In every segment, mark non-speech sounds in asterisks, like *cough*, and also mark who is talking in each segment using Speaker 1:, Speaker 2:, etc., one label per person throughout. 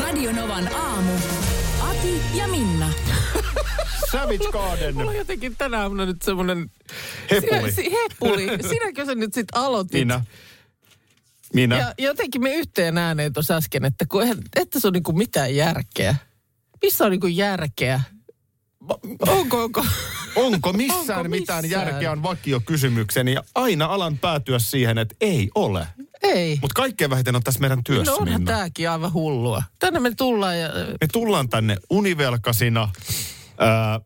Speaker 1: Radionovan aamu. Ati ja Minna.
Speaker 2: Savage Garden.
Speaker 3: Mulla on jotenkin tänä aamuna nyt semmonen...
Speaker 2: Heppuli.
Speaker 3: Sinä, si, heppuli. Sinäkö sä nyt sit aloitit?
Speaker 2: Minä. Minä.
Speaker 3: Ja jotenkin me yhteen ääneen tuossa äsken, että kun eihän, että se on niinku mitään järkeä. Missä on niinku järkeä? Onko, onko?
Speaker 2: Onko missään
Speaker 3: Onko
Speaker 2: mitään
Speaker 3: missään?
Speaker 2: järkeä on vakiokysymykseni ja aina alan päätyä siihen, että ei ole.
Speaker 3: Ei.
Speaker 2: Mutta kaikkein vähiten on tässä meidän työssä,
Speaker 3: No onhan
Speaker 2: Minna.
Speaker 3: tääkin aivan hullua. Tänne me tullaan ja...
Speaker 2: Me tullaan tänne univelkasina ää,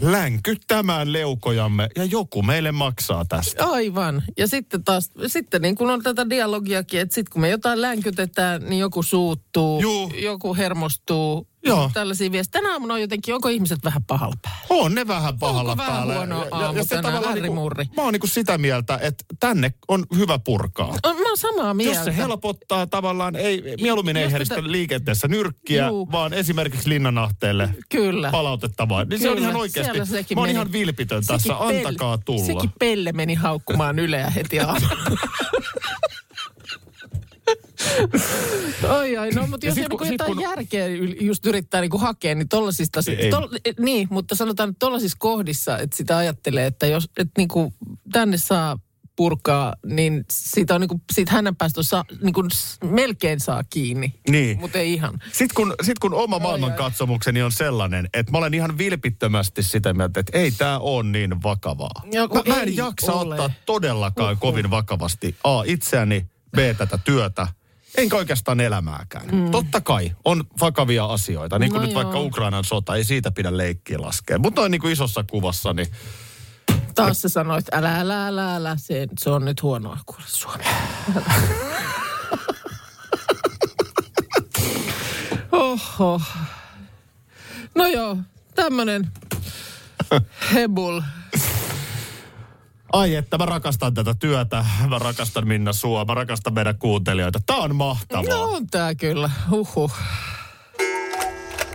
Speaker 2: länkyttämään leukojamme ja joku meille maksaa tästä.
Speaker 3: Aivan. Ja sitten taas, sitten niin kun on tätä dialogiakin, että sitten kun me jotain länkytetään, niin joku suuttuu,
Speaker 2: Juu.
Speaker 3: joku hermostuu.
Speaker 2: Joo.
Speaker 3: Tällaisia viestejä. Tänä aamuna on jotenkin, onko ihmiset vähän pahalla päällä?
Speaker 2: On ne vähän pahalla
Speaker 3: Onko vähän
Speaker 2: päällä.
Speaker 3: huono aamu tänään, ärrimurri?
Speaker 2: niinku, mä oon niinku sitä mieltä, että tänne on hyvä purkaa.
Speaker 3: On- Mä oon samaa mieltä.
Speaker 2: Jos se helpottaa tavallaan, ei, mieluummin ei
Speaker 3: Jos
Speaker 2: heristä
Speaker 3: tätä-
Speaker 2: liikenteessä nyrkkiä,
Speaker 3: Juu.
Speaker 2: vaan esimerkiksi linnanahteelle
Speaker 3: Kyllä.
Speaker 2: palautetta vaan. Niin se on
Speaker 3: Kyllä,
Speaker 2: ihan oikeasti.
Speaker 3: siellä sekin
Speaker 2: Mä oon
Speaker 3: meni.
Speaker 2: ihan vilpitön tässä,
Speaker 3: pel-
Speaker 2: antakaa tulla.
Speaker 3: Sekin pelle meni haukkumaan yleä
Speaker 2: *laughs*
Speaker 3: heti aamulla. Ai ai, no mutta
Speaker 2: Ja
Speaker 3: jos
Speaker 2: sit
Speaker 3: joku
Speaker 2: kun-
Speaker 3: kun,
Speaker 2: sit
Speaker 3: jotain
Speaker 2: kun-
Speaker 3: kun... järkeä yl- just yrittää niinku hakea, niin tollasista...
Speaker 2: Ei.
Speaker 3: Tol, eh, niin, mutta sanotaan, että tollasissa kohdissa, että sitä ajattelee, että jos et niinku tänne saa purkaa, niin siitä, on niinku, siitä hänen päästä on saa, niinku, s- melkein saa kiinni,
Speaker 2: Niin.
Speaker 3: mutta ei ihan.
Speaker 2: Sitten kun, sit kun oma maailmankatsomukseni on sellainen, että mä olen ihan vilpittömästi sitä mieltä, että ei tämä ole niin vakavaa.
Speaker 3: Joo, kun
Speaker 2: mä, mä en
Speaker 3: ei
Speaker 2: jaksa
Speaker 3: ole.
Speaker 2: ottaa todellakaan kovin vakavasti A, itseäni, B, tätä työtä, enkä oikeastaan elämääkään. Mm. Totta kai on vakavia asioita, niin kuin
Speaker 3: No
Speaker 2: nyt
Speaker 3: joo.
Speaker 2: vaikka Ukrainan sota, ei siitä pidä leikkiä laskea. Mutta noin niin kuin isossa kuvassa, niin
Speaker 3: Taas se sanoi, että älä, älä, älä, älä, se, se on nyt huonoa kuule Suomi. Oho. No joo, tämmönen hebul.
Speaker 2: ai että mä rakastan tätä työtä, mä rakastan Minna sua, mä rakastan meidän kuuntelijoita. Tää on mahtavaa.
Speaker 3: No on tää kyllä, huhu.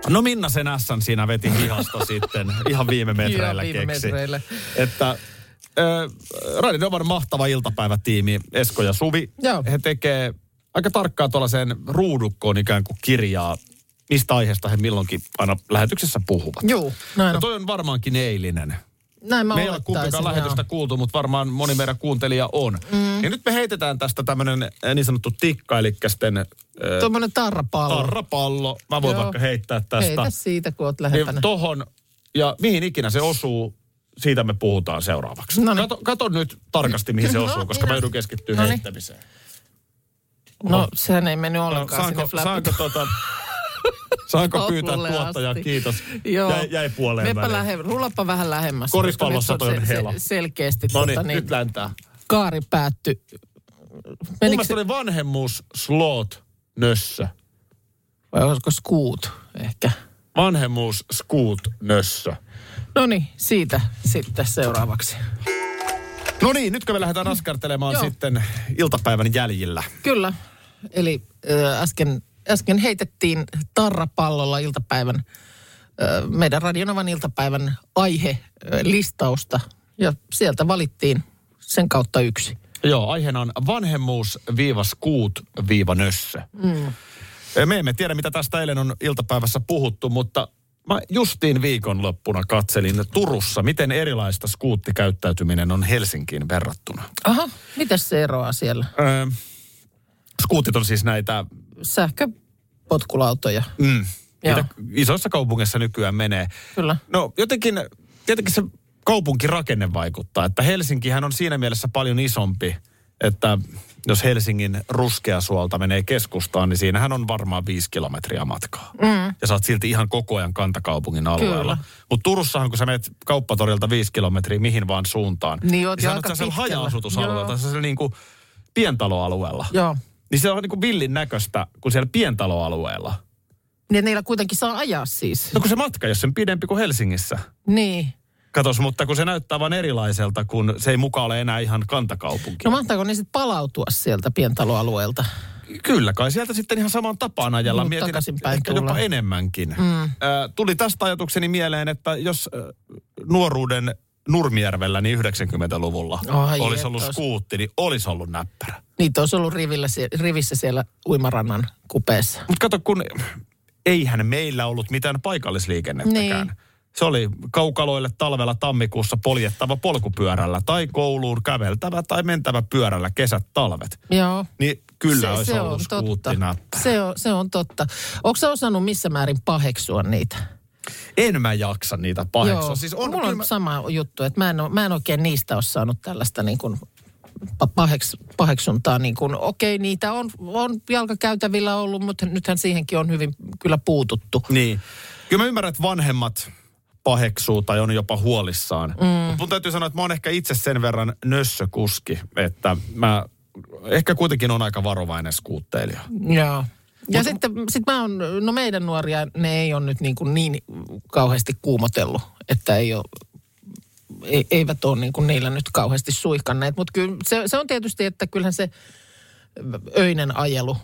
Speaker 2: No Minna sen ässän siinä veti
Speaker 3: *laughs*
Speaker 2: hihasta sitten ihan viime metreillä
Speaker 3: Ihan viime
Speaker 2: keksi.
Speaker 3: metreillä.
Speaker 2: Että äh, Radio Novan mahtava iltapäivätiimi Esko ja Suvi.
Speaker 3: Joo.
Speaker 2: He tekee aika tarkkaa tuollaiseen ruudukkoon ikään kuin kirjaa, mistä aiheesta he milloinkin aina lähetyksessä puhuvat.
Speaker 3: Juu, näin
Speaker 2: Ja
Speaker 3: on.
Speaker 2: toi on varmaankin eilinen.
Speaker 3: Näin mä
Speaker 2: Me ei ole kumpikaan
Speaker 3: olettaisin,
Speaker 2: lähetystä kuultu, mutta varmaan moni meidän kuuntelija on. Mm. Ja nyt me heitetään tästä tämmöinen niin sanottu tikka, eli sitten äh,
Speaker 3: joo. Tuommoinen tarrapallo.
Speaker 2: tarrapallo. Mä voin
Speaker 3: Joo.
Speaker 2: vaikka heittää tästä
Speaker 3: Heitä siitä, kun oot
Speaker 2: niin
Speaker 3: lähettänyt.
Speaker 2: tohon, ja mihin ikinä se osuu, siitä me puhutaan seuraavaksi.
Speaker 3: Noniin.
Speaker 2: Kato, kato nyt tarkasti, mihin se
Speaker 3: No,
Speaker 2: osuu, koska
Speaker 3: minä-
Speaker 2: mä joudun keskittyä
Speaker 3: Noniin.
Speaker 2: heittämiseen.
Speaker 3: No, sehän ei mennyt
Speaker 2: No,
Speaker 3: ollenkaan sinne
Speaker 2: saanko,
Speaker 3: flappiin.
Speaker 2: saanko, tota,
Speaker 3: *laughs*
Speaker 2: saanko
Speaker 3: Oot
Speaker 2: pyytää
Speaker 3: mulle
Speaker 2: tuottajaa,
Speaker 3: asti.
Speaker 2: kiitos. Jäi, jäi puoleen
Speaker 3: Mepä
Speaker 2: väliin.
Speaker 3: lähe, rullappa vähän lähemmäs.
Speaker 2: Koripallossa
Speaker 3: koska nyt
Speaker 2: toi
Speaker 3: on
Speaker 2: hela.
Speaker 3: selkeästi
Speaker 2: No
Speaker 3: tota,
Speaker 2: niin,
Speaker 3: niin,
Speaker 2: nyt läntää.
Speaker 3: kaari päättyi.
Speaker 2: Mun
Speaker 3: Menikö
Speaker 2: mielestä
Speaker 3: se,
Speaker 2: oli vanhemmuus, slot, nössö.
Speaker 3: vai olisiko skuut ehkä?
Speaker 2: Vanhemmuus, skuut, nössö.
Speaker 3: No niin, siitä sitten seuraavaksi.
Speaker 2: No niin, nytkö me lähdetään askartelemaan
Speaker 3: Joo.
Speaker 2: sitten iltapäivän jäljillä.
Speaker 3: Kyllä, eli ö, äsken, äsken heitettiin tarrapallolla iltapäivän, ö, meidän Radionovan iltapäivän aihelistausta. Ja sieltä valittiin sen kautta yksi.
Speaker 2: Joo, aiheena on vanhemmuus-kuut-nössö. Mm. Me emme tiedä, mitä tästä eilen on iltapäivässä puhuttu, mutta mä justiin viikonloppuna katselin Turussa, miten erilaista skuuttikäyttäytyminen on Helsinkiin verrattuna.
Speaker 3: Aha, mitäs se eroaa siellä?
Speaker 2: Öö, skuutit on siis näitä,
Speaker 3: Sähköpotkulautoja.
Speaker 2: mm,
Speaker 3: Joo.
Speaker 2: mitä isoissa kaupungeissa nykyään menee.
Speaker 3: Kyllä.
Speaker 2: No jotenkin, tietenkin se kaupunkirakenne vaikuttaa, että Helsinkihän on siinä mielessä paljon isompi, että jos Helsingin ruskeasuolta menee keskustaan, niin siinähän on varmaan viisi kilometriä matkaa. Mm. Ja sä oot silti ihan koko ajan kantakaupungin alueella.
Speaker 3: Kyllä.
Speaker 2: Mutta Turussahan, kun sä menet kauppatorilta viisi kilometriä mihin vaan suuntaan,
Speaker 3: Niin oot
Speaker 2: sä
Speaker 3: jo
Speaker 2: oot
Speaker 3: aika
Speaker 2: siellä
Speaker 3: pitkällä.
Speaker 2: haja-asutusalueella,
Speaker 3: Joo.
Speaker 2: tai sä oot siellä niinku pientaloalueella.
Speaker 3: Joo.
Speaker 2: Niin se on niin kuin villin näköistä kuin siellä pientaloalueella.
Speaker 3: Niin niillä kuitenkin saa ajaa siis.
Speaker 2: No kun se matka, jos sen pidempi kuin Helsingissä.
Speaker 3: Niin.
Speaker 2: Katos, mutta kun se näyttää vaan erilaiselta, kun se ei mukaan ole enää ihan kantakaupunki.
Speaker 3: No mahtaako ne sitten palautua sieltä pientaloalueelta?
Speaker 2: Kyllä kai sieltä sitten ihan saman tapaan ajalla.
Speaker 3: Mut
Speaker 2: Mietin, että
Speaker 3: No, takaisinpäin
Speaker 2: ehkä jopa
Speaker 3: tullaan.
Speaker 2: enemmänkin. Mm. Ö, tuli tästä ajatukseni mieleen, että jos ö, nuoruuden Nurmijärvellä niin 90-luvulla
Speaker 3: Ai
Speaker 2: olisi
Speaker 3: et
Speaker 2: ollut
Speaker 3: ois.
Speaker 2: skuutti, niin olisi ollut näppärä.
Speaker 3: Niitä olisi ollut rivillä, sie- rivissä siellä uimarannan kupeessa.
Speaker 2: Mutta kato, kun eihän meillä ollut mitään paikallisliikennettäkään.
Speaker 3: Niin.
Speaker 2: Niin. Se oli kaukaloille talvella tammikuussa poljettava polkupyörällä tai kouluun käveltävä tai mentävä pyörällä kesät talvet.
Speaker 3: Joo.
Speaker 2: Niin kyllä se, olisi se ollut skuutti näppärä.
Speaker 3: Se on, se on totta. Onko sä osannut missä määrin paheksua niitä?
Speaker 2: En mä jaksa niitä paheksua.
Speaker 3: Joo.
Speaker 2: Siis on,
Speaker 3: Mulla
Speaker 2: kyllä
Speaker 3: on
Speaker 2: mä-
Speaker 3: sama juttu, että mä en, oo- mä en oikein niistä ole saanut tällaista niin kuin pa- paheks, paheksuntaa. Niin kuin, okei, niitä on, on jalkakäytävillä ollut, mutta nythän siihenkin on hyvin kyllä puututtu.
Speaker 2: Niin. Kyllä mä ymmärrän, että vanhemmat paheksuu tai on jopa huolissaan. Mm. Mun täytyy sanoa, että mä oon ehkä itse sen verran nössökuski, että mä ehkä kuitenkin on aika varovainen skuutteilija.
Speaker 3: Joo. Ja sitten sit mä oon, no meidän nuoria, ne ei ole nyt niin, kuin niin kauheasti kuumotellut, että ei ole, ei, eivät ole niin kuin niillä nyt kauheasti suihkanneet. Mutta kyllä se, se on tietysti, että kyllähän se öinen ajelu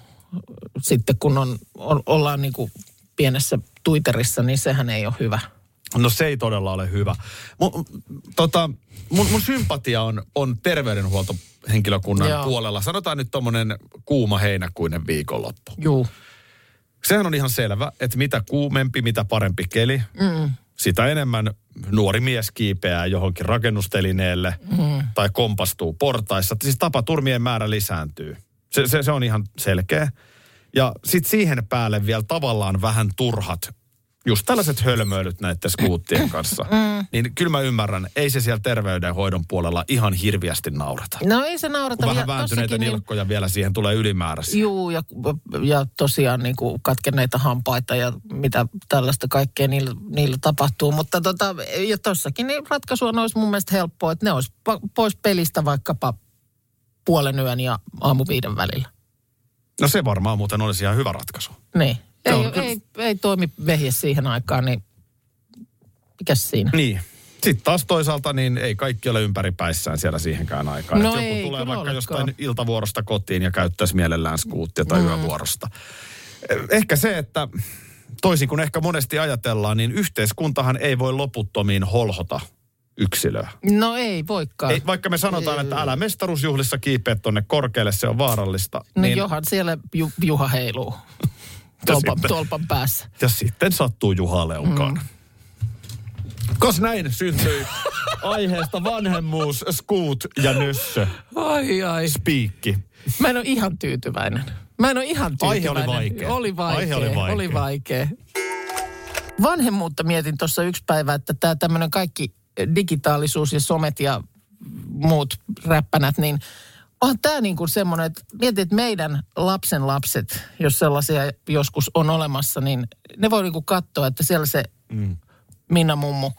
Speaker 3: sitten kun on, on, ollaan niin kuin pienessä tuiterissa, niin sehän ei ole hyvä.
Speaker 2: No se ei todella ole hyvä. Mun, tota, mun, mun sympatia on, on terveydenhuoltohenkilökunnan
Speaker 3: Joo.
Speaker 2: Joo. puolella. Sanotaan nyt tommonen kuuma heinäkuinen viikonloppu.
Speaker 3: Juu.
Speaker 2: Sehän on ihan selvä, että mitä kuumempi, mitä parempi keli, mm. sitä enemmän nuori mies kiipeää johonkin rakennustelineelle mm. tai kompastuu portaissa. Siis tapaturmien määrä lisääntyy. Se, se, se on ihan selkeä. Ja sitten siihen päälle vielä tavallaan vähän turhat, just tällaiset hölmöilyt näiden skuuttien kanssa. Mm. Niin kyllä mä ymmärrän, ei se siellä terveydenhoidon puolella ihan hirviästi naurata.
Speaker 3: No ei se naurata.
Speaker 2: Kun vähän
Speaker 3: Ja
Speaker 2: vääntyneitä
Speaker 3: tossakin niin-
Speaker 2: nilkkoja vielä siihen tulee ylimääräisiä.
Speaker 3: Juu, ja, ja tosiaan niin kuin katkenneita hampaita ja mitä tällaista kaikkea niillä, niillä tapahtuu. Mutta tota, ja tossakin niin ratkaisua olisi mun mielestä helppoa, että ne olisi pa- pois pelistä vaikkapa puolen yön ja aamu viiden välillä.
Speaker 2: No se varmaan muuten olisi ihan hyvä ratkaisu.
Speaker 3: Niin. Ei,
Speaker 2: Joo,
Speaker 3: ei,
Speaker 2: kyllä.
Speaker 3: ei, ei toimi vehje siihen aikaan, niin mikäs siinä?
Speaker 2: Niin. Sitten taas toisaalta, niin ei kaikki ole ympäripäissään siellä siihenkään aikaan.
Speaker 3: No
Speaker 2: Et
Speaker 3: ei
Speaker 2: joku tulee
Speaker 3: kyllä
Speaker 2: vaikka
Speaker 3: olekaan.
Speaker 2: jostain iltavuorosta kotiin ja käyttäisi mielellään skuuttia tai mm. yövuorosta. Eh, Ehkä se, että toisin kuin ehkä monesti ajatellaan, niin yhteiskuntahan ei voi loputtomiin holhota yksilöä.
Speaker 3: No ei voikaan.
Speaker 2: Ei, vaikka me sanotaan, että älä mestaruusjuhlissa kiipeä tonne korkealle, se on vaarallista.
Speaker 3: no niin... No johan siellä ju, Juha *laughs* heiluu tolpan,
Speaker 2: sitten-
Speaker 3: tolpan päässä.
Speaker 2: Ja sitten sattuu Juha Leukaan. Mm. Kos näin syntyi *laughs* aiheesta vanhemmuus, skuut ja Siis nössö.
Speaker 3: Ai ai.
Speaker 2: Spiikki.
Speaker 3: Mä en ole ihan tyytyväinen. Mä en ole ihan
Speaker 2: Aihe
Speaker 3: tyytyväinen.
Speaker 2: oli vaikea.
Speaker 3: Oli vaikea.
Speaker 2: Aihe oli vaikea.
Speaker 3: Oli vaikea. Vanhemmuutta mietin tuossa yksi päivä, että tämä tämmöinen kaikki digitaalisuus ja somet ja muut räppänät, niin on tämä niin kuin semmoinen, että mietin, että meidän lapsen lapset, jos sellaisia joskus on olemassa, niin ne voi niin kuin katsoa, että siellä se mm. Minna mummu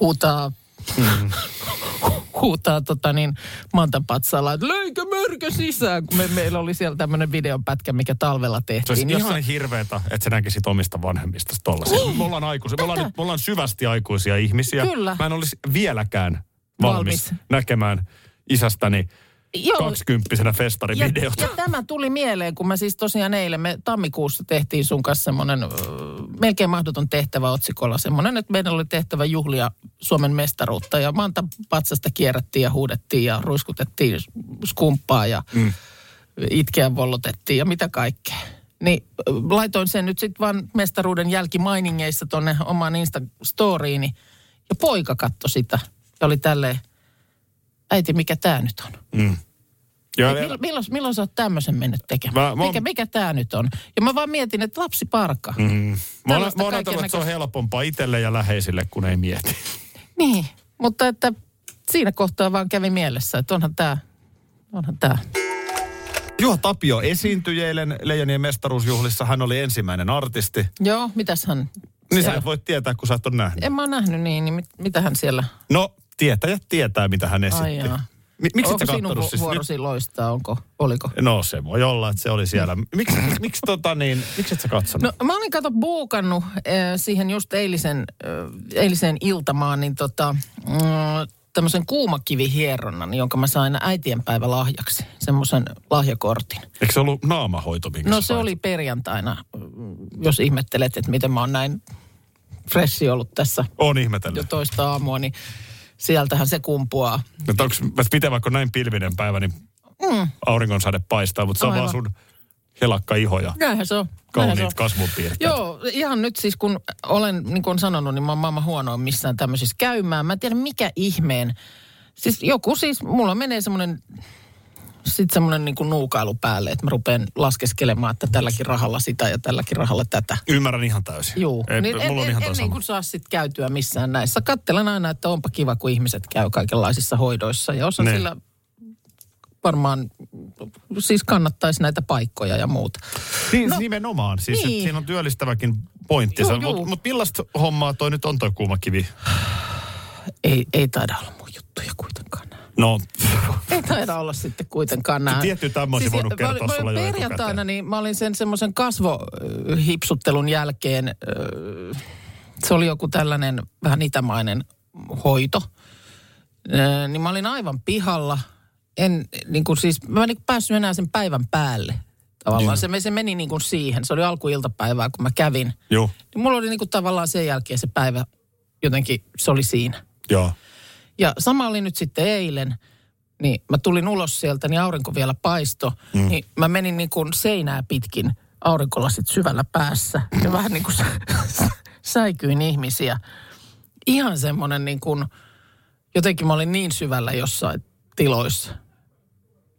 Speaker 3: huutaa huutaa tota niin, mantapatsaalla, että löikö mörkö sisään, kun me, meillä oli siellä tämmöinen videopätkä, mikä talvella
Speaker 2: Se olisi
Speaker 3: tehtiin.
Speaker 2: ihan
Speaker 3: jossa-
Speaker 2: hirveetä, että sä näkisit omista vanhemmista tollaisia. Me ollaan aikuisia, me ollaan, nyt, me ollaan syvästi aikuisia ihmisiä.
Speaker 3: Niin. Kyllä.
Speaker 2: Mä en olisi vieläkään valmis,
Speaker 3: Valmis.
Speaker 2: valmis. näkemään isästäni
Speaker 3: Joo,
Speaker 2: kaksikymppisenä festarivideota.
Speaker 3: Ja, ja tämä tuli mieleen, kun mä siis tosiaan eilen, me tammikuussa tehtiin sun kanssa semmoinen öö, melkein mahdoton tehtävä otsikolla. Semmoinen, että meidän oli tehtävä juhlia Suomen mestaruutta ja manta patsasta kierrättiin ja huudettiin ja ruiskutettiin skumppaa ja mm. itkeä vollotettiin ja mitä kaikkea. Niin ö, laitoin sen nyt sitten vaan mestaruuden jälkimainingeissa tonne omaan Insta-storiini. Ja poika katsoi sitä ja oli tälleen, äiti mikä tämä nyt on?
Speaker 2: Ja,
Speaker 3: Ei, mill- milloin, milloin sä oot tämmöisen mennyt tekemään?
Speaker 2: Mä-
Speaker 3: Mä,
Speaker 2: mä
Speaker 3: mä
Speaker 2: oon-
Speaker 3: mikä, mikä tää nyt on? Ja mä vaan mietin, että lapsi parka.
Speaker 2: Mhm.
Speaker 3: Mm.
Speaker 2: mä olen,
Speaker 3: tällaista
Speaker 2: mä olen ajatellut, että se on
Speaker 3: kaikennäköistä.
Speaker 2: helpompaa itselle ja läheisille, kun ei mieti.
Speaker 3: Niin, mutta että siinä kohtaa vaan kävi mielessä, että onhan tää, onhan tää.
Speaker 2: Juha Tapio esiintyi eilen Leijonien mestaruusjuhlissa. Hän oli ensimmäinen artisti.
Speaker 3: Joo, mitäs hän
Speaker 2: Niin sä
Speaker 3: siellä?
Speaker 2: et voi tietää, kun sä et ole nähnyt.
Speaker 3: En mä oon nähnyt niin, niin mit, mitä hän siellä...
Speaker 2: No, tietäjät tietää, mitä hän esitti.
Speaker 3: Ai jaa.
Speaker 2: Mi- miksi et
Speaker 3: onko
Speaker 2: sä
Speaker 3: sinun
Speaker 2: kattonut
Speaker 3: vu-
Speaker 2: siis?
Speaker 3: vuorosi loistaa, onko, oliko?
Speaker 2: nyt? No se voi olla, että se oli siellä. Miksi, miksi tota niin, miksi et sä katsonut?
Speaker 3: Mm. No mä olin kato buukannut äh, siihen just eilisen, äh, eiliseen iltamaan niin tota, mm, tämmöisen kuumakivihieronnan, jonka mä sain äitienpäivä lahjaksi, semmoisen lahjakortin.
Speaker 2: Eikö se ollut naamahoito, minkä
Speaker 3: No
Speaker 2: sä
Speaker 3: se
Speaker 2: sait?
Speaker 3: oli perjantaina, mm, jos ihmettelet, että miten mä oon näin freshi ollut tässä
Speaker 2: On
Speaker 3: jo
Speaker 2: ihmetellyt.
Speaker 3: toista aamua, niin sieltähän se kumpuaa.
Speaker 2: Että onks, että miten vaikka näin pilvinen päivä, niin mm. aurinkonsade paistaa, mutta se on
Speaker 3: Aivan.
Speaker 2: vaan sun helakka iho ja
Speaker 3: Näinhän se on. näinhän se on.
Speaker 2: kauniit kasvunpiirteet.
Speaker 3: Joo, ihan nyt siis kun olen, niin kuin olen sanonut, niin mä oon maailman huonoa missään tämmöisissä käymään. Mä en tiedä mikä ihmeen. Siis joku siis, mulla menee semmoinen, sit semmoinen niin kuin nuukailu päälle, että mä rupean laskeskelemaan, että tälläkin rahalla sitä ja tälläkin rahalla tätä.
Speaker 2: Ymmärrän ihan täysin.
Speaker 3: Juu,
Speaker 2: Ei,
Speaker 3: niin
Speaker 2: niin, mulla
Speaker 3: en,
Speaker 2: on ihan
Speaker 3: en, en
Speaker 2: toi
Speaker 3: niin
Speaker 2: sama.
Speaker 3: kuin saa sit käytyä missään näissä. Kattelen aina, että onpa kiva, kun ihmiset käy kaikenlaisissa hoidoissa ja osa
Speaker 2: Ne.
Speaker 3: sillä varmaan, siis kannattaisi näitä paikkoja ja muuta.
Speaker 2: Niin, no, nimenomaan. Siis niin.
Speaker 3: niin.
Speaker 2: siinä on työllistäväkin pointti.
Speaker 3: Juu,
Speaker 2: Mutta
Speaker 3: juu.
Speaker 2: mut millaista hommaa toi nyt on toi kuumakivi?
Speaker 3: Ei, ei taida olla mun juttuja kuitenkaan nämä.
Speaker 2: No, *laughs*
Speaker 3: Ei taida olla sitten kuitenkaan nämä.
Speaker 2: Tietty tämmöisiä voinut
Speaker 3: mä-
Speaker 2: kertoa
Speaker 3: mä-
Speaker 2: sulle jo
Speaker 3: Perjantaina
Speaker 2: etukäteen.
Speaker 3: niin mä olin sen semmoisen kasvohipsuttelun jälkeen, äh, se oli joku tällainen vähän itämainen hoito, Äh, niin mä olin aivan pihalla. En, niin kuin siis, mä en niin kuin päässyt enää sen päivän päälle tavallaan. Se, me- se meni niin kuin siihen. Se oli alkuiltapäivää, kun mä kävin.
Speaker 2: juu,
Speaker 3: Niin mulla oli niin kuin tavallaan sen jälkeen se päivä jotenkin, se oli siinä.
Speaker 2: joo.
Speaker 3: Ja sama oli nyt sitten eilen, niin mä tulin ulos sieltä, niin aurinko vielä paisto, mm. niin mä menin niin kuin seinää pitkin aurinkolasit syvällä päässä ja vähän niin kuin sä- säikyin ihmisiä. Ihan semmoinen niin kuin, jotenkin mä olin niin syvällä jossain tiloissa.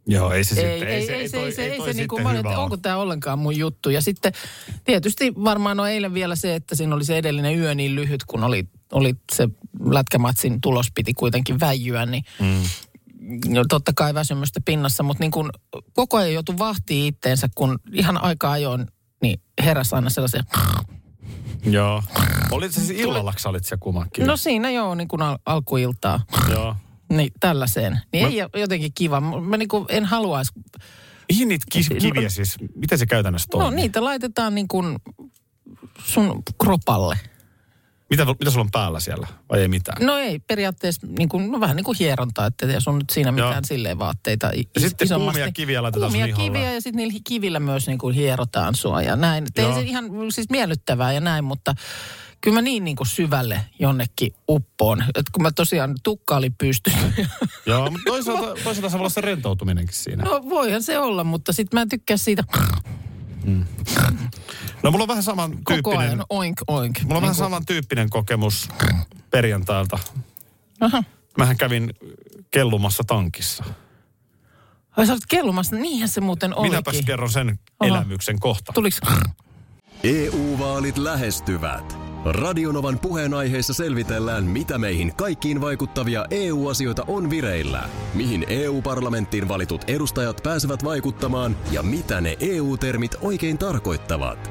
Speaker 2: Joo, ei se
Speaker 3: Ei,
Speaker 2: sitten.
Speaker 3: ei, ei, se,
Speaker 2: toi-
Speaker 3: ei, se, ei
Speaker 2: toi
Speaker 3: se niin kuin,
Speaker 2: sitten
Speaker 3: mä olin,
Speaker 2: hyvä
Speaker 3: että
Speaker 2: ole.
Speaker 3: onko tämä ollenkaan mun juttu. Ja sitten tietysti varmaan no eilen vielä se, että siinä oli se edellinen yö niin lyhyt, kun oli, oli se lätkämatsin tulos piti kuitenkin väijyä, niin
Speaker 2: Mm.
Speaker 3: no, totta kai väsymystä pinnassa, mutta niin kun koko ajan joutui vahtiin itteensä, kun ihan aika ajoin niin heräsi aina sellaisia,
Speaker 2: Joo. Olit se siis illalla, kun sä olit siellä kuumakivi?
Speaker 3: no siinä joo, niin kuin al- alkuiltaa,
Speaker 2: Joo.
Speaker 3: niin tällaiseen. Niin
Speaker 2: Mä-
Speaker 3: Mä... ei ole jotenkin kiva. Mä niin kuin en haluaisi
Speaker 2: Mihin niitä kis- kiviä siis, miten se käytännössä
Speaker 3: No
Speaker 2: toimii?
Speaker 3: niitä laitetaan niin kuin sun kropalle.
Speaker 2: Mitä, mitä sulla on päällä siellä vai ei mitään?
Speaker 3: No ei, periaatteessa niin kuin, no vähän niin kuin hierontaa, että ei sun nyt siinä mitään
Speaker 2: Joo.
Speaker 3: silleen vaatteita i-
Speaker 2: Ja sitten
Speaker 3: isommasti.
Speaker 2: kuumia kiviä laitetaan sun
Speaker 3: Kuumia
Speaker 2: iholle.
Speaker 3: kiviä ja sitten niillä kivillä myös niin kuin hierotaan sua ja näin. Et Ei
Speaker 2: Joo.
Speaker 3: se ihan siis miellyttävää ja näin, mutta kyllä mä niin, niin kuin syvälle jonnekin uppoon. Et kun mä tosiaan tukka oli
Speaker 2: *laughs*
Speaker 3: pystynyt.
Speaker 2: Joo, mutta toisaalta,
Speaker 3: *laughs*
Speaker 2: toisaalta se voi olla se rentoutuminenkin siinä.
Speaker 3: no voihan se olla, mutta sitten mä en tykkää siitä
Speaker 2: No mulla on vähän
Speaker 3: koko
Speaker 2: samantyyppinen,
Speaker 3: ajan oink oink.
Speaker 2: mulla on vähän
Speaker 3: Niin kuin-
Speaker 2: samantyyppinen kokemus perjantailta.
Speaker 3: Aha.
Speaker 2: Mähän kävin kellumassa tankissa.
Speaker 3: Ai sä olet kellumassa, niinhän se muuten olikin.
Speaker 2: Minäpäs kerron sen
Speaker 3: Oho.
Speaker 2: elämyksen kohta.
Speaker 3: Tuliko...
Speaker 4: EU-vaalit E lähestyvät. Radionovan puheenaiheessa selvitellään, mitä meihin kaikkiin vaikuttavia EU-asioita on vireillä, mihin EU-parlamenttiin valitut edustajat pääsevät vaikuttamaan ja mitä ne EU-termit oikein tarkoittavat.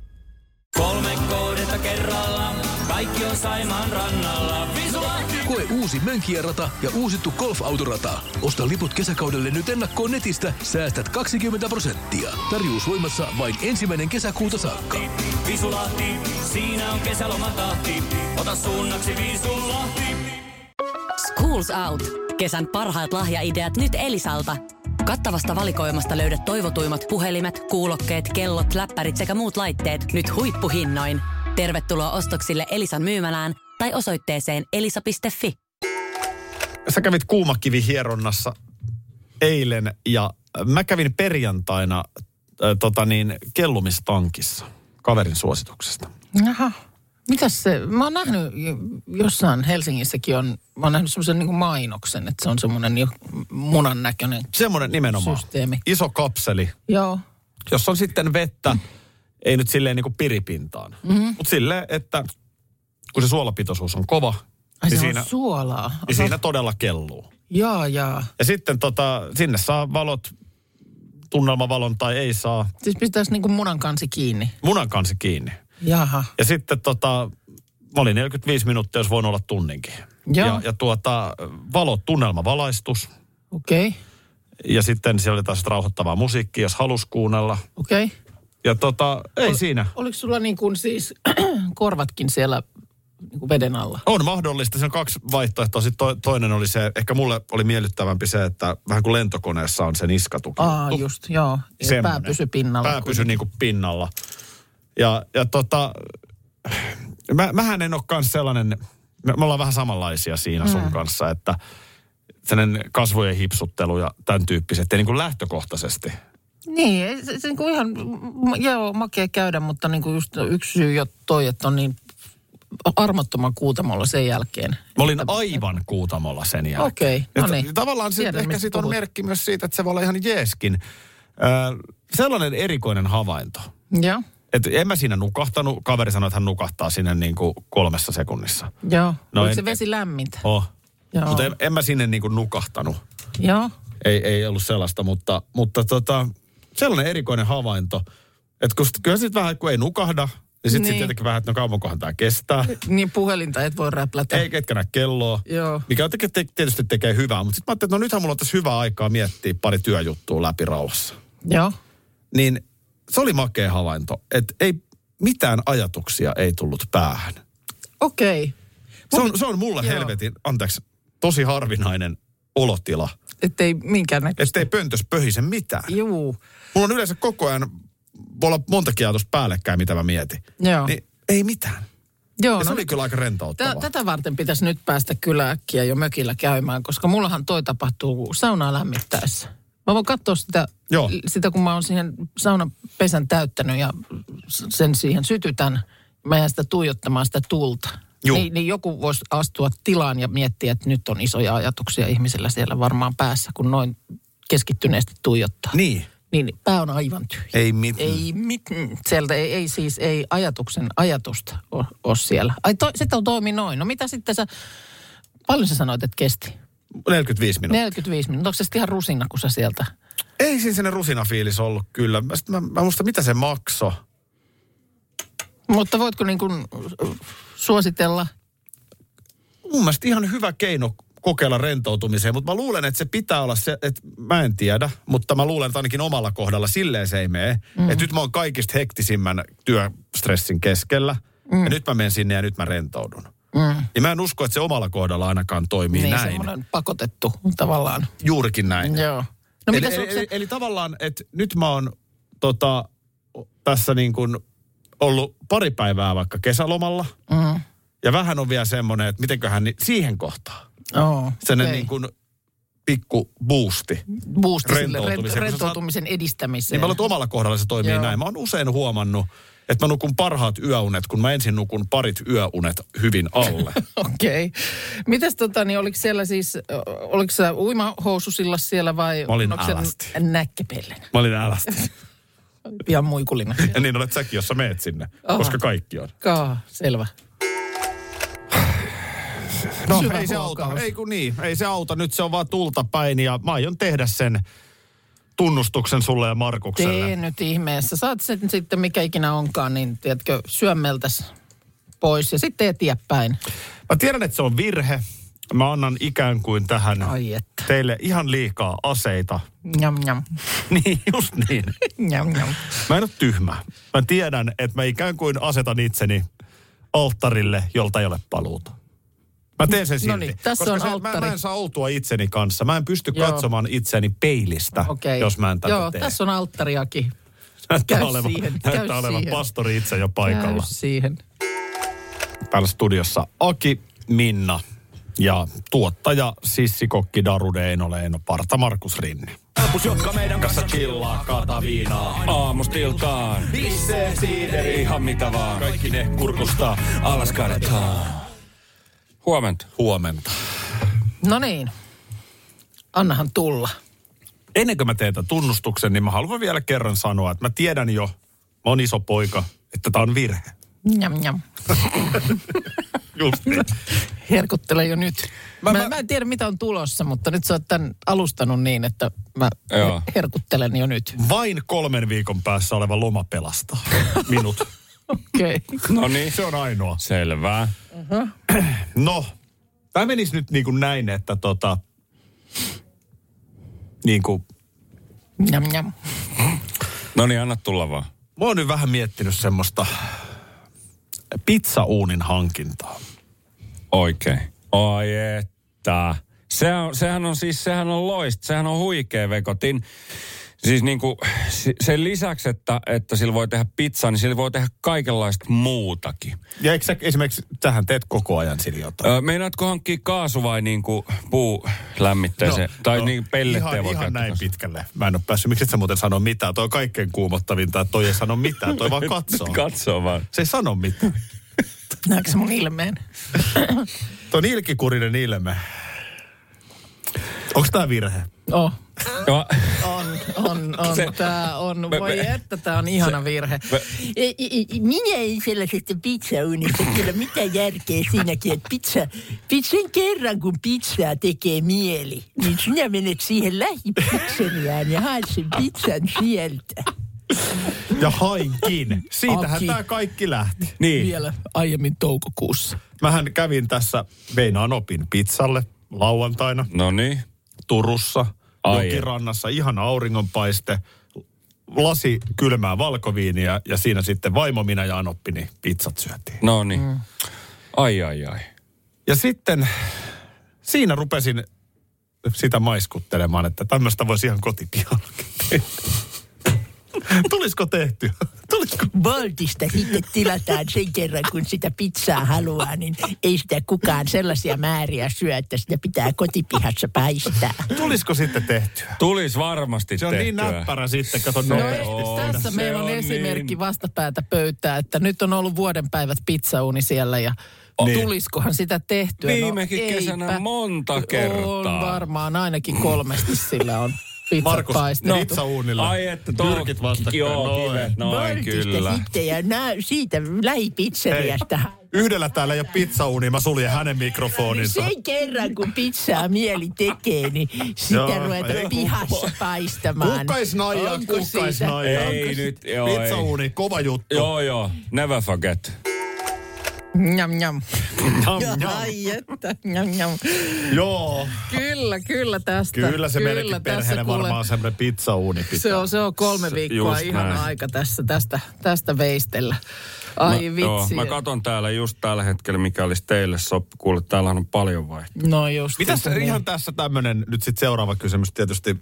Speaker 5: Kolme kohdetta kerralla, kaikki on Saimaan rannalla. Visulahti!
Speaker 6: Koe uusi Mönkijärata ja uusittu golfautorata. Osta liput kesäkaudelle nyt ennakkoon netistä, säästät 20 prosenttia. Tarjous voimassa vain ensimmäinen kesäkuuta saakka.
Speaker 5: Visulahti, siinä on kesälomatahti. Ota suunnaksi Visulahti.
Speaker 7: Schools Out. Kesän parhaat lahjaideat nyt Elisalta. Kattavasta valikoimasta löydät toivotuimmat puhelimet, kuulokkeet, kellot, läppärit sekä muut laitteet nyt huippuhinnoin. Tervetuloa ostoksille Elisan myymälään tai osoitteeseen elisa.fi.
Speaker 2: Sä kävit kuumakivihieronnassa eilen ja mä kävin perjantaina äh, tota niin, kellumistankissa kaverin suosituksesta.
Speaker 3: Aha. Mitäs se, mä oon nähnyt j- jossain Helsingissäkin on, mä oon nähnyt semmoisen niin mainoksen, että se on semmoinen jo munan näköinen.
Speaker 2: Semmoinen nimenomaan.
Speaker 3: Systeemi.
Speaker 2: Iso kapseli,
Speaker 3: Joo.
Speaker 2: jossa on sitten vettä, ei nyt silleen niin kuin piripintaan,
Speaker 3: Mhm.
Speaker 2: mm-hmm. mutta silleen, että kun se suolapitoisuus on kova,
Speaker 3: Ai
Speaker 2: niin
Speaker 3: se
Speaker 2: siinä,
Speaker 3: on suolaa.
Speaker 2: niin siinä todella kelluu.
Speaker 3: Jaa, jaa.
Speaker 2: Ja sitten tota, sinne saa valot, tunnelmavalon tai ei saa,
Speaker 3: Siis pistäisi niin kuin munan kansi kiinni.
Speaker 2: munan kansi kiinni.
Speaker 3: Jaha.
Speaker 2: Ja sitten tota, mä olin 45 minuuttia, jos voin olla tunninkin.
Speaker 3: Joo.
Speaker 2: Ja, ja tuota, valot, tunnelmavalaistus.
Speaker 3: Okei, okay.
Speaker 2: Ja sitten siellä oli taas rauhoittavaa musiikkia, jos halusi kuunnella.
Speaker 3: okei. Okay.
Speaker 2: Ja tota, ei siinä.
Speaker 3: Oliko sulla niin kuin siis *clears throat* korvatkin siellä niin kuin veden alla?
Speaker 2: On mahdollista. Siinä on kaksi vaihtoehtoa. Sitten to, toinen oli se, ehkä mulle oli miellyttävämpi se, että vähän kuin lentokoneessa on se niskatuki.
Speaker 3: Aa, just, joo. Ja pää
Speaker 2: Semmonen.
Speaker 3: pysy pinnalla.
Speaker 2: Pää pysy niin kuin pinnalla. Ja, ja tota, mä, mähän en ole kans sellainen, me, me ollaan vähän samanlaisia siinä sun
Speaker 3: Mm.
Speaker 2: kanssa, että sellainen kasvojen hipsuttelu ja tämän tyyppiset, ei niin kuin lähtökohtaisesti.
Speaker 3: Niin, ei se, se niin kuin ihan, m- joo, makea käydä, mutta niin kuin just yksi syy jo toi, että on niin armottoman kuutamolla sen jälkeen.
Speaker 2: Mä olin aivan kuutamolla sen jälkeen.
Speaker 3: Okei, no
Speaker 2: Ja ta-
Speaker 3: niin.
Speaker 2: Tavallaan sit,
Speaker 3: Tiedän,
Speaker 2: ehkä
Speaker 3: mistä
Speaker 2: siitä on
Speaker 3: puhut.
Speaker 2: merkki myös siitä, että se voi olla ihan jeeskin. Ö, sellainen erikoinen havainto.
Speaker 3: Joo,
Speaker 2: Et en mä siinä nukahtanut. Kaveri sanoi, että hän nukahtaa sinne niin kuin kolmessa sekunnissa.
Speaker 3: joo. No
Speaker 2: No
Speaker 3: Oliko
Speaker 2: en-
Speaker 3: se vesi lämmintä?
Speaker 2: Oh.
Speaker 3: Joo.
Speaker 2: Mutta en, en mä sinne niin kuin nukahtanut.
Speaker 3: Joo,
Speaker 2: Ei, ei ollut sellaista, mutta, mutta tota, sellainen erikoinen havainto. Että kun sit, kyllä sit vähän, kun ei nukahda, niin sitten
Speaker 3: Niin.
Speaker 2: niin. sit tietenkin vähän, että no kauankohan tämä kestää.
Speaker 3: niin puhelinta et voi räplätä.
Speaker 2: ei ketkä näe kelloa.
Speaker 3: Joo.
Speaker 2: Mikä on teke- te- tietysti tekee hyvää, mutta sitten mä ajattelin, että no nythän mulla on tässä hyvää aikaa miettiä pari työjuttua läpi rauhassa.
Speaker 3: Joo,
Speaker 2: Niin se oli makea havainto, että ei mitään ajatuksia ei tullut päähän.
Speaker 3: okei. Okay.
Speaker 2: Se on, se on mulle
Speaker 3: Joo.
Speaker 2: helvetin, anteeksi, tosi harvinainen olotila,
Speaker 3: Ettei minkään näköistä.
Speaker 2: ettei pöntös pöhise mitään.
Speaker 3: Juu,
Speaker 2: Mulla on yleensä koko ajan, voi olla montakin ajatusta päällekkäin, mitä mä mietin.
Speaker 3: joo.
Speaker 2: Niin ei mitään.
Speaker 3: joo,
Speaker 2: Ja se
Speaker 3: no
Speaker 2: oli kyllä aika rentouttavaa.
Speaker 3: Tä, tätä varten pitäisi nyt päästä kyllä äkkiä jo mökillä käymään, koska mullahan toi tapahtuu saunaa lämmittäessä. Mä voin katsoa sitä,
Speaker 2: Joo.
Speaker 3: sitä kun mä oon siihen saunan pesän täyttänyt ja s- sen siihen sytytän. Mä jään sitä tuijottamaan sitä tulta.
Speaker 2: Juu.
Speaker 3: Niin, niin joku voisi astua tilaan ja miettiä, että nyt on isoja ajatuksia ihmisellä siellä varmaan päässä, kun noin keskittyneesti tuijottaa.
Speaker 2: Niin.
Speaker 3: Niin pää on aivan tyhjä.
Speaker 2: Ei mitään.
Speaker 3: Ei mitään. Sieltä ei, ei siis, ei ajatuksen ajatusta ole siellä. Ai to, sitten on toimi noin. No mitä sitten sä, paljon sä sanoit, että kesti?
Speaker 2: 45 minuuttia.
Speaker 3: 45 minuuttia. Onko se sitten ihan rusina, kun sä sieltä?
Speaker 2: Ei siinä sellainen rusinafiilis ollut kyllä. Mä, sit mä, mä muista, mitä se maksoi.
Speaker 3: Mutta voitko niin kuin suositella?
Speaker 2: Mun mielestä ihan hyvä keino kokeilla rentoutumiseen, mutta mä luulen, että se pitää olla se, että mä en tiedä, mutta mä luulen, että ainakin omalla kohdalla silleen se ei mene. Mm. Että nyt mä oon kaikista hektisimmän työstressin keskellä mm. ja nyt mä menen sinne ja nyt mä rentoudun. Mm. Ja mä en usko, että se omalla kohdalla ainakaan toimii
Speaker 3: niin
Speaker 2: näin.
Speaker 3: semmoinen pakotettu tavallaan.
Speaker 2: Juurikin näin.
Speaker 3: Joo. No mitä
Speaker 2: eli,
Speaker 3: sun
Speaker 2: eli,
Speaker 3: se...
Speaker 2: eli, eli tavallaan, että nyt mä oon tota, tässä niin kuin ollut pari päivää vaikka kesälomalla.
Speaker 3: Mm.
Speaker 2: Ja vähän on vielä semmoinen, että mitenköhän ni- siihen kohtaan.
Speaker 3: Oh,
Speaker 2: Sen niin kuin pikku boosti.
Speaker 3: Boosti sille
Speaker 2: rentoutumiseen, kun
Speaker 3: rent-
Speaker 2: sä saat-
Speaker 3: rentoutumisen edistämiseen.
Speaker 2: Niin mä luulen, että omalla kohdalla se toimii
Speaker 3: Joo.
Speaker 2: Joo. näin. Mä oon usein huomannut, että mä nukun parhaat yöunet, kun mä ensin nukun parit yöunet hyvin alle.
Speaker 3: Okei. Okay. Mitäs tota, niin oliko siellä siis, ö, oliko sä uimahoususilla siellä vai?
Speaker 2: Mä olin
Speaker 3: oliko se
Speaker 2: alasti.
Speaker 3: Näkkepellenä,
Speaker 2: *laughs* mä olin älästä.
Speaker 3: pian muikulina. siellä?
Speaker 2: *laughs* ja niin olet säkin, jos sä meet sinne,
Speaker 3: Aha.
Speaker 2: Aha. koska kaikki on.
Speaker 3: Kaa, selvä.
Speaker 2: No
Speaker 3: Syvä
Speaker 2: ei se auta,
Speaker 3: huokaus.
Speaker 2: ei kun niin, ei se auta. Nyt se on vaan tulta päin ja mä aion tehdä sen tunnustuksen sulle ja Markukselle.
Speaker 3: Tee nyt ihmeessä. Saat sen sitten mikä ikinä onkaan, niin tiedätkö, syömmeltäs pois ja sitten eteenpäin.
Speaker 2: Mä tiedän, että se on virhe. Mä annan ikään kuin tähän
Speaker 3: Ai että.
Speaker 2: teille ihan liikaa aseita. *laughs*
Speaker 3: Njam, njam.
Speaker 2: Niin, just niin.
Speaker 3: Njam, njam.
Speaker 2: Mä en ole tyhmä. Mä tiedän, että mä ikään kuin asetan itseni alttarille, jolta ei ole paluuta. Mä teen sen silti.
Speaker 3: No niin, tässä
Speaker 2: koska
Speaker 3: on
Speaker 2: se-
Speaker 3: alttari.
Speaker 2: Mä, mä en saa oltua itseni kanssa. Mä en pysty
Speaker 3: Joo.
Speaker 2: Joo. katsomaan itseni peilistä,
Speaker 3: Okei.
Speaker 2: okay. jos mä en tätä
Speaker 3: Joo,
Speaker 2: tee.
Speaker 3: tässä on alttariakin.
Speaker 2: Näyttää
Speaker 3: Käy
Speaker 2: olevan,
Speaker 3: siihen, käy
Speaker 2: näyttää olevan
Speaker 3: siihen.
Speaker 2: pastori itse jo paikalla.
Speaker 3: Käy siihen.
Speaker 2: Täällä studiossa Aki, Minna ja tuottaja Sissikokki Daru Deino Leino Parta Markus Rinne.
Speaker 5: Kampus, jotka meidän kanssa chillaa, kaata viinaa. Aamustiltaan. Bissee, siideri, ihan mitä vaan. Kaikki ne kurkusta alas kaadetaan. Huomenta.
Speaker 2: Huomenta.
Speaker 3: No niin, annahan tulla.
Speaker 2: Ennen kuin mä teen tämän tunnustuksen, niin mä haluan vielä kerran sanoa, että mä tiedän jo, mä oon iso poika, että tää on virhe.
Speaker 3: Njam, njam.
Speaker 2: Just niin.
Speaker 3: herkuttelen jo nyt.
Speaker 2: Mä-
Speaker 3: Mä,
Speaker 2: mä-
Speaker 3: mä, mä en tiedä, mitä on tulossa, mutta nyt sä oot tämän alustanut niin, että mä
Speaker 5: Joo.
Speaker 3: herkuttelen jo nyt.
Speaker 2: Vain kolmen viikon päässä oleva loma pelastaa minut.
Speaker 3: Okei. Okay.
Speaker 5: No niin.
Speaker 2: Se on ainoa.
Speaker 5: Selvä.
Speaker 2: No, tämä menisi nyt niin kuin näin, että tota, niin kuin,
Speaker 3: Njam, njam.
Speaker 5: No niin, anna tulla vaan.
Speaker 2: mä oon nyt vähän miettinyt semmoista pizzauunin hankintaa.
Speaker 5: Oikein. Ai että. Se on, sehän on siis, sehän on loist, sehän on huikea vekotin. Siis niin kuin, sen lisäksi, että, että sillä voi tehdä pizzaa, niin sillä voi tehdä kaikenlaista muutakin.
Speaker 2: Ja eikö sä esimerkiksi tähän teet koko ajan sillä jotain?
Speaker 5: Ö, meinaatko hankkia kaasu vai niin kuin puulämmitteeseen? No, tai no, niin pellettejä
Speaker 2: ihan,
Speaker 5: voi
Speaker 2: ihan
Speaker 5: käyttää
Speaker 2: näin
Speaker 5: kanssa.
Speaker 2: pitkälle. Mä en ole päässyt. Miksi et sä muuten sano mitään? Toi on kaikkein kuumottavinta, että toi ei sano mitään. Toi
Speaker 5: *laughs*
Speaker 2: vaan katsoo.
Speaker 5: Katsoo vaan.
Speaker 2: Se ei sano mitään.
Speaker 3: Näetkö sä mun ilmeen?
Speaker 2: Tuo on ilkikurinen ilme. Onko tämä virhe?
Speaker 3: Oh.
Speaker 5: No,
Speaker 3: On, on,
Speaker 8: *laughs*
Speaker 3: on.
Speaker 5: Se-
Speaker 3: Tää on,
Speaker 5: me-
Speaker 3: voi
Speaker 5: me-
Speaker 3: että tää on ihana virhe.
Speaker 5: me-
Speaker 8: Ei, ei, ei, Minä ei sellaisesta pizzaunista kyllä mitään järkeä siinäkin, että pizza, pizzan kerran kun pizzaa tekee mieli, niin sinä menet siihen lähipizzeriaan ja haet sen pizzan sieltä.
Speaker 2: Ja hainkin. Siitähän
Speaker 3: Aki.
Speaker 2: tämä kaikki lähti.
Speaker 5: niin.
Speaker 3: Vielä aiemmin toukokuussa.
Speaker 2: Mähän kävin tässä Veinaan opin pizzalle lauantaina
Speaker 5: No niin.
Speaker 2: Turussa,
Speaker 5: Ai
Speaker 2: jokirannassa, ihan auringonpaiste, lasi kylmää valkoviiniä ja siinä sitten vaimo, minä ja Anoppi, niin pizzat syötiin.
Speaker 5: No niin. Mm. Ai, ai, ai.
Speaker 2: Ja sitten siinä rupesin sitä maiskuttelemaan, että tämmöistä voisi ihan kotipihallakin tehdä. Tulisiko tehty? Tulisiko?
Speaker 8: Voltista sitten tilataan sen kerran, kun sitä pizzaa haluaa, niin ei sitä kukaan sellaisia määriä syö, että sitä pitää kotipihassa paistaa.
Speaker 2: Tulisiko sitten tehtyä?
Speaker 5: Tulis varmasti
Speaker 2: Se on
Speaker 5: tehtyä.
Speaker 2: niin näppärä sitten, kato
Speaker 3: No,
Speaker 2: nopeasti.
Speaker 5: on,
Speaker 3: tässä
Speaker 5: se
Speaker 3: meillä on,
Speaker 5: on
Speaker 3: esimerkki
Speaker 5: niin.
Speaker 3: vastapäätä pöytää, että nyt on ollut vuoden päivät pizzauni siellä ja
Speaker 5: Niin.
Speaker 3: niin. tuliskohan sitä tehtyä?
Speaker 5: Viimekin
Speaker 3: no,
Speaker 5: kesänä
Speaker 3: eipä.
Speaker 5: monta
Speaker 3: On
Speaker 5: kertaa.
Speaker 3: varmaan ainakin kolmesti sillä
Speaker 5: *laughs*
Speaker 3: on pizzat
Speaker 2: Markus,
Speaker 3: paistettu.
Speaker 2: no, pizzauunilla.
Speaker 5: Ai että tuo,
Speaker 2: Tyrkit vastakkain. No,
Speaker 5: Joo,
Speaker 2: Noin.
Speaker 5: kivet, noin
Speaker 8: Voltista
Speaker 5: kyllä.
Speaker 8: sitten ja nää, siitä
Speaker 2: Hei,
Speaker 8: lähipizzeriasta Niin
Speaker 2: yhdellä täällä ei ole pizzauuni, mä suljen hänen
Speaker 5: Niin
Speaker 2: mikrofoninsa.
Speaker 3: Niin
Speaker 8: Sen kerran, kun pizzaa mieli tekee, niin sitä
Speaker 2: Joo,
Speaker 8: Joo, ruveta
Speaker 2: ei.
Speaker 8: pihassa
Speaker 5: *laughs*
Speaker 8: paistamaan.
Speaker 2: Kukkaisnaija,
Speaker 8: Onko siitä-
Speaker 2: kukkaisnaija.
Speaker 5: Ei nyt, joo, ei.
Speaker 2: Pizzauuni, kova juttu.
Speaker 5: Joo, joo. Never forget.
Speaker 3: Njam, njam.
Speaker 2: Jam, jam.
Speaker 3: Ai että, njam, njam.
Speaker 2: Joo,
Speaker 3: Kyllä, kyllä tästä.
Speaker 2: kyllä se meillekin perheelle
Speaker 3: kuule-
Speaker 2: varmaan semmoinen pizzauuni pitää.
Speaker 3: Se on, se on kolme
Speaker 5: Se-
Speaker 3: viikkoa
Speaker 5: just
Speaker 3: ihan
Speaker 5: näin.
Speaker 3: aika tässä, tästä, tästä veistellä. Ai
Speaker 5: mä,
Speaker 3: vitsi.
Speaker 5: Joo, mä katon täällä just tällä hetkellä, mikä olisi teille soppi. Kuule, täällä on paljon vaihtoehtoja.
Speaker 3: no just.
Speaker 2: Mitäs
Speaker 3: niin.
Speaker 2: ihan tässä tämmöinen, nyt sitten seuraava kysymys tietysti.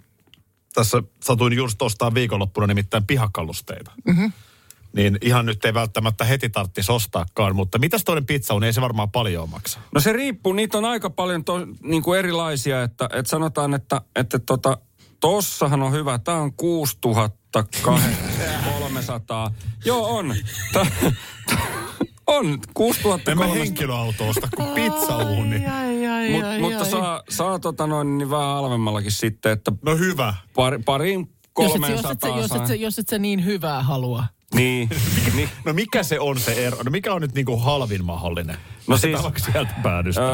Speaker 2: Tässä satuin just ostaa viikonloppuna nimittäin pihakalusteita. Mm-hmm. Niin ihan nyt ei välttämättä heti tarvitsisi ostaakaan, mutta mitäs toinen pizza on, ei se varmaan paljon maksa.
Speaker 5: No se riippuu, niitä on aika paljon to, niin kuin erilaisia, että, että sanotaan, että, että tota, tossahan on hyvä, tää on
Speaker 3: *laughs*
Speaker 5: 6300. Joo on. Tää, on
Speaker 2: En mä
Speaker 5: 6300.
Speaker 2: henkilöauto osta kuin pizzauuni.
Speaker 3: Ai, ai,
Speaker 5: Mut,
Speaker 3: ai,
Speaker 5: mutta
Speaker 3: ai.
Speaker 5: saa, saa tota noin, niin vähän halvemmallakin sitten, että
Speaker 2: No hyvä.
Speaker 5: pari, pariin
Speaker 3: Jos et, jos, et, sä-
Speaker 5: 300
Speaker 3: jos, et,
Speaker 5: saa.
Speaker 3: sä- jos et sä niin hyvää halua.
Speaker 5: Niin,
Speaker 2: *laughs*
Speaker 5: niin.
Speaker 2: No mikä se on se ero? No mikä on nyt niinku halvin mahdollinen?
Speaker 5: No
Speaker 2: Sitä
Speaker 5: siis-
Speaker 2: vaikka sieltä päädystä.
Speaker 5: Öö,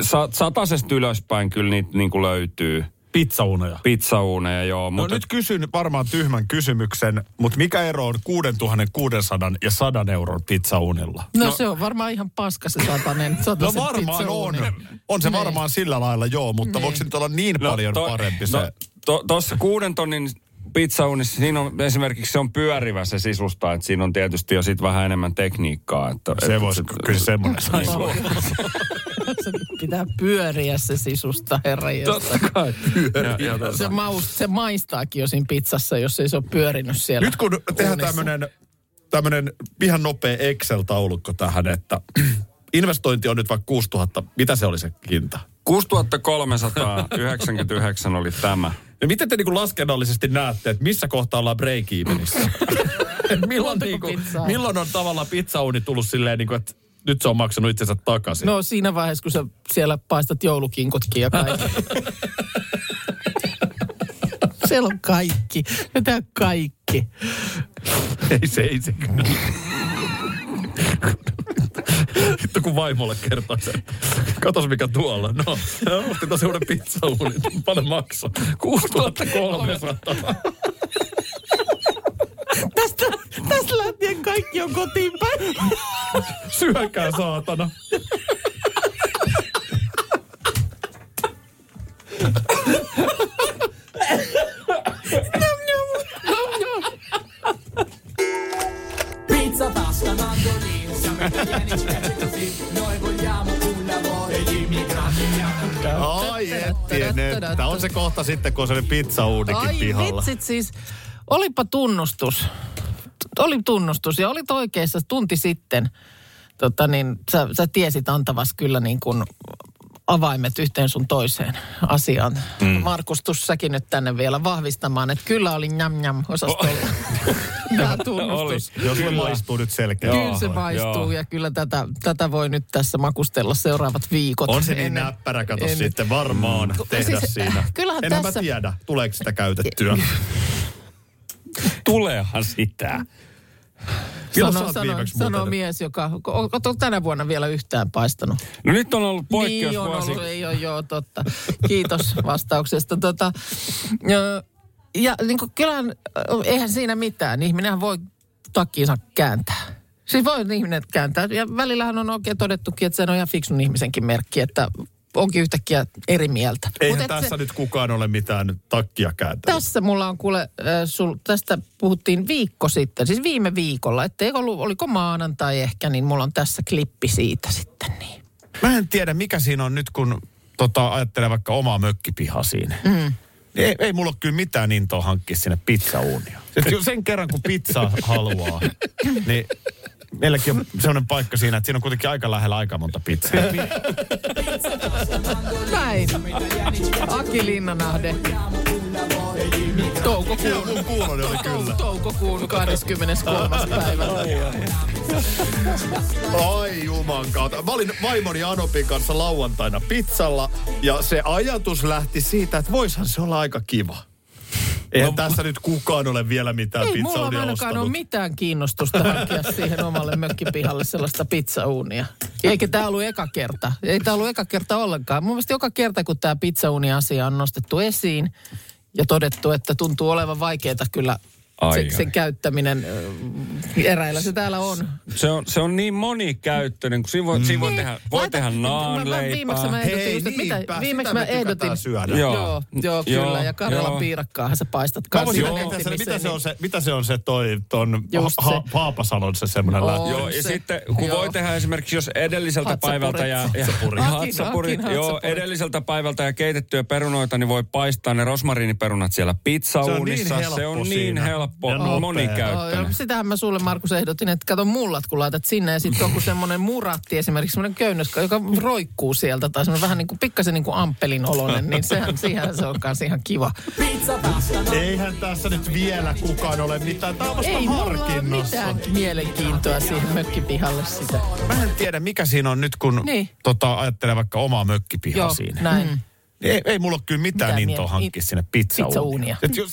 Speaker 5: sa- satasesta ylöspäin kyllä niitä niin kuin löytyy.
Speaker 2: Pizzauuneja.
Speaker 5: Pizzauuneja, joo.
Speaker 2: No
Speaker 5: Mutta
Speaker 2: nyt kysyn varmaan tyhmän kysymyksen, mutta mikä ero on 6600 ja 100 euron pizzauunilla?
Speaker 3: No, no se on varmaan ihan paska se satanen.
Speaker 2: No
Speaker 3: satasen
Speaker 2: varmaan *laughs*
Speaker 3: pizzauuni.
Speaker 2: on. On se varmaan sillä lailla, joo, mutta voiko se nyt olla niin paljon parempi se?
Speaker 5: No, to, tossa kuuden tonnin pizzauunissa, siinä on esimerkiksi se on pyörivä se sisusta, että siinä on tietysti jo sit vähän enemmän tekniikkaa. Että,
Speaker 2: Se
Speaker 5: että
Speaker 2: voisi, kyllä semmoinen saisi olla.
Speaker 3: Se pitää pyöriä se sisusta, herra
Speaker 5: Totta kai. Ja, ja,
Speaker 3: se, maus, se maistaakin jo siinä pizzassa, jos ei se ole pyörinyt siellä.
Speaker 2: Nyt kun tehdään
Speaker 3: uunissa.
Speaker 2: tämmöinen tämmönen ihan nopea Excel-taulukko tähän, että *clears throat* investointi on nyt vaikka 6000, mitä se oli se hinta?
Speaker 5: 6399 oli tämä.
Speaker 2: Ja miten te niinku laskennallisesti näette, että missä kohtaa ollaan break
Speaker 3: *laughs*
Speaker 2: evenissa? milloin,
Speaker 3: Montako
Speaker 2: niinku,
Speaker 3: pizzaa?
Speaker 2: milloin on tavallaan pizzauni tullut silleen, niinku, että nyt se on maksanut itsensä takaisin? *laughs*
Speaker 3: No siinä vaiheessa, kun sä siellä paistat joulukinkutkin ja kaikki. *laughs* siellä on kaikki. Mitä kaikki?
Speaker 2: Ei se, ei se. Vittu, joku vaimolle kertoi sen. Katos mikä tuolla. No, no otti tosi uuden pizzauunin. Paljon maksaa. 6300.
Speaker 3: Tästä, tästä lähtien kaikki on kotiin päin.
Speaker 2: Syökää saatana. Ai ettien, että on se kohta sitten, kun on se pizzauunikin
Speaker 3: Ai
Speaker 2: pihalla.
Speaker 3: vitsit siis, olipa tunnustus. Oli tunnustus ja olit oikeassa tunti sitten. Tota niin, sä, sä tiesit antavas kyllä niin kuin avaimet yhteen sun toiseen asiaan. Mm. Markus, tus säkin nyt tänne vielä vahvistamaan, että kyllä oli njam njam osastolla. *laughs* Tämä tunnustus.
Speaker 2: Jos se maistuu nyt selkeä.
Speaker 3: Kyllä se maistuu
Speaker 5: joo.
Speaker 3: ja kyllä tätä, tätä voi nyt tässä makustella seuraavat viikot.
Speaker 2: On se niin
Speaker 3: ennen-
Speaker 2: näppärä, kato
Speaker 3: ennen-
Speaker 2: sitten varmaan tehdä
Speaker 3: siis,
Speaker 2: siinä.
Speaker 3: kyllähän
Speaker 2: Enhän
Speaker 3: tässä-
Speaker 2: mä tiedä, tuleeko sitä
Speaker 3: *laughs*
Speaker 2: käytettyä.
Speaker 5: Tuleehan sitä.
Speaker 3: Mm.
Speaker 2: Milloin sä
Speaker 3: Sano,
Speaker 2: oot
Speaker 3: sano,
Speaker 2: viimeksi
Speaker 3: sano
Speaker 2: muuten-
Speaker 3: mies, joka... Oletko tänä vuonna vielä yhtään paistanut?
Speaker 5: No nyt on ollut
Speaker 3: Niin on
Speaker 5: poikkeusvuosi.
Speaker 3: ollut, ei ole, joo, totta. Kiitos vastauksesta. Tota, ö, ja niin kuin, kyllähän, ö, eihän siinä mitään. Ihminenhän voi takkiinsa kääntää. Siis voi ihminen kääntää. Ja välillähän on oikein todettukin, että se on ihan fiksun ihmisenkin merkki, että onkin yhtäkkiä eri mieltä. Mut
Speaker 2: Eihän
Speaker 3: et
Speaker 2: tässä nyt kukaan ole mitään takkia kääntänyt.
Speaker 3: tässä mulla on kuule, äh, sul, tästä puhuttiin viikko sitten, siis viime viikolla, että ei ollut, oliko maanantai ehkä, niin mulla on tässä klippi siitä sitten. Niin.
Speaker 2: Mä en tiedä, mikä siinä on nyt, kun tota, ajattelee vaikka omaa mökkipihaa siinä. Mm. Ei, ei mulla ole kyllä mitään intoa hankkia sinne pizzauunia. Et jo Sen kerran, kun pizza
Speaker 3: *laughs*
Speaker 2: haluaa, niin meilläkin on sellainen paikka siinä, että siinä on kuitenkin aika lähellä aika monta pizzaa.
Speaker 3: Näin. Aki Linnanahde. Toukokuun.
Speaker 2: Kuulonen oli
Speaker 3: Tou- Toukokuun 23. päivä.
Speaker 2: Ai juman kautta. Mä olin vaimoni Anopin kanssa lauantaina pizzalla ja se ajatus lähti siitä, että voishan se olla aika kiva. Eihän no, tässä nyt kukaan ole vielä mitään
Speaker 3: Ei mulla
Speaker 2: pizzaunia
Speaker 3: ainakaan
Speaker 2: ostanut.
Speaker 3: ole mitään kiinnostusta hankkia siihen omalle mökkipihalle sellaista pizzauunia. Eikä tämä ollut eka kerta. Ei tämä ollut eka kerta ollenkaan. Mun mielestä joka kerta, kun tämä pizzauni-asia on nostettu esiin ja todettu, että tuntuu olevan vaikeaa kyllä
Speaker 5: Ai,
Speaker 3: sen,
Speaker 5: ai.
Speaker 3: sen käyttäminen. ö, Eräillä se täällä on.
Speaker 5: Se on, se on niin monikäyttöinen, kun siinä voi, mm. siinä voi tehdä, voi
Speaker 3: Niin. Laita-
Speaker 5: tehdä
Speaker 3: mä- mä- Viimeksi mä
Speaker 5: naanleipää.
Speaker 3: ehdotin,
Speaker 2: Hei,
Speaker 3: just, että
Speaker 2: niinpä,
Speaker 3: mitä, viimeksi
Speaker 2: sitä
Speaker 3: mä
Speaker 2: me tykätään
Speaker 3: ehdotin.
Speaker 2: syödä.
Speaker 3: Joo,
Speaker 5: Joo.
Speaker 3: joo,
Speaker 5: Joo,
Speaker 3: kyllä. Ja
Speaker 5: joo.
Speaker 3: Karjalan piirakkaahan sä paistat
Speaker 2: Mä voisin
Speaker 5: Joo.
Speaker 3: kanssa.
Speaker 2: miettiä siellä, mitä, se
Speaker 3: niin-
Speaker 2: on se, mitä se on se toi, ton
Speaker 3: Just
Speaker 2: ha,
Speaker 3: se.
Speaker 2: ha, Haapasalon se semmoinen
Speaker 3: Oo.
Speaker 2: lähtö.
Speaker 5: Joo, ja
Speaker 3: se.
Speaker 5: sitten kun
Speaker 3: Joo.
Speaker 5: voi tehdä esimerkiksi, jos edelliseltä
Speaker 3: Hatsapuri.
Speaker 5: päivältä ja, ja
Speaker 2: Hatsapuri.
Speaker 3: Hakin,
Speaker 5: hatsapuri,
Speaker 3: hakin,
Speaker 5: joo,
Speaker 3: hatsapuri.
Speaker 5: edelliseltä päivältä ja keitettyjä perunoita, niin voi paistaa ne rosmariiniperunat siellä
Speaker 2: Se
Speaker 5: pizzauunissa.
Speaker 2: on niin
Speaker 5: Se on
Speaker 2: helppo
Speaker 5: niin
Speaker 2: siinä.
Speaker 5: helppo,
Speaker 2: Ja nopea.
Speaker 5: monikäyttöinen.
Speaker 3: Joo, Sitähän mä sulle, Markus, ehdotin, että kato mullat, kun laitat sinne ja sitten
Speaker 5: *clears throat*
Speaker 3: joku semmoinen muratti, esimerkiksi semmoinen köynnös, joka roikkuu sieltä tai semmoinen vähän niin kuin pikkasen niin kuin amppelin oloinen, niin sehän, siihen se on kanssa ihan kiva.
Speaker 2: Eihän tässä nyt vielä kukaan ole mitään. Tämä on vasta
Speaker 3: Ei mulla ole
Speaker 2: harkinnassa.
Speaker 3: mitään mielenkiintoa siihen mökkipihalle sitä.
Speaker 2: Mä en tiedä, mikä siinä on nyt, kun
Speaker 3: Niin.
Speaker 2: tota, ajattelee vaikka omaa mökkipihaa
Speaker 3: Joo,
Speaker 2: siinä.
Speaker 3: näin. Mm.
Speaker 2: Ei, ei mulla ole kyllä mitään
Speaker 3: Mitä
Speaker 2: Mitä intoa
Speaker 3: mie-
Speaker 2: hankkia
Speaker 3: i-
Speaker 2: sinne pizzauunia.
Speaker 3: pizzauunia.
Speaker 2: Et jos,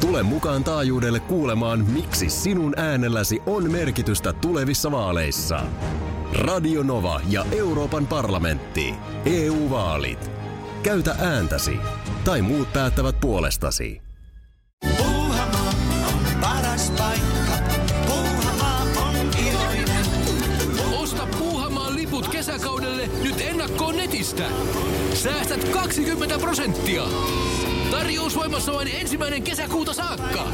Speaker 4: Tule mukaan taajuudelle kuulemaan, miksi sinun äänelläsi on merkitystä tulevissa vaaleissa. Radio Nova ja Euroopan parlamentti. EU-vaalit. Käytä ääntäsi. Tai muut päättävät puolestasi.
Speaker 6: Osta Puuhamaan liput kesäkaudelle nyt ennakkoon netistä. Säästät 20 prosenttia. Tarjous voimassa vain ensimmäinen kesäkuuta saakka.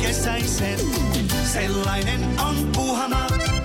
Speaker 9: Kesäisen, sellainen on puhana.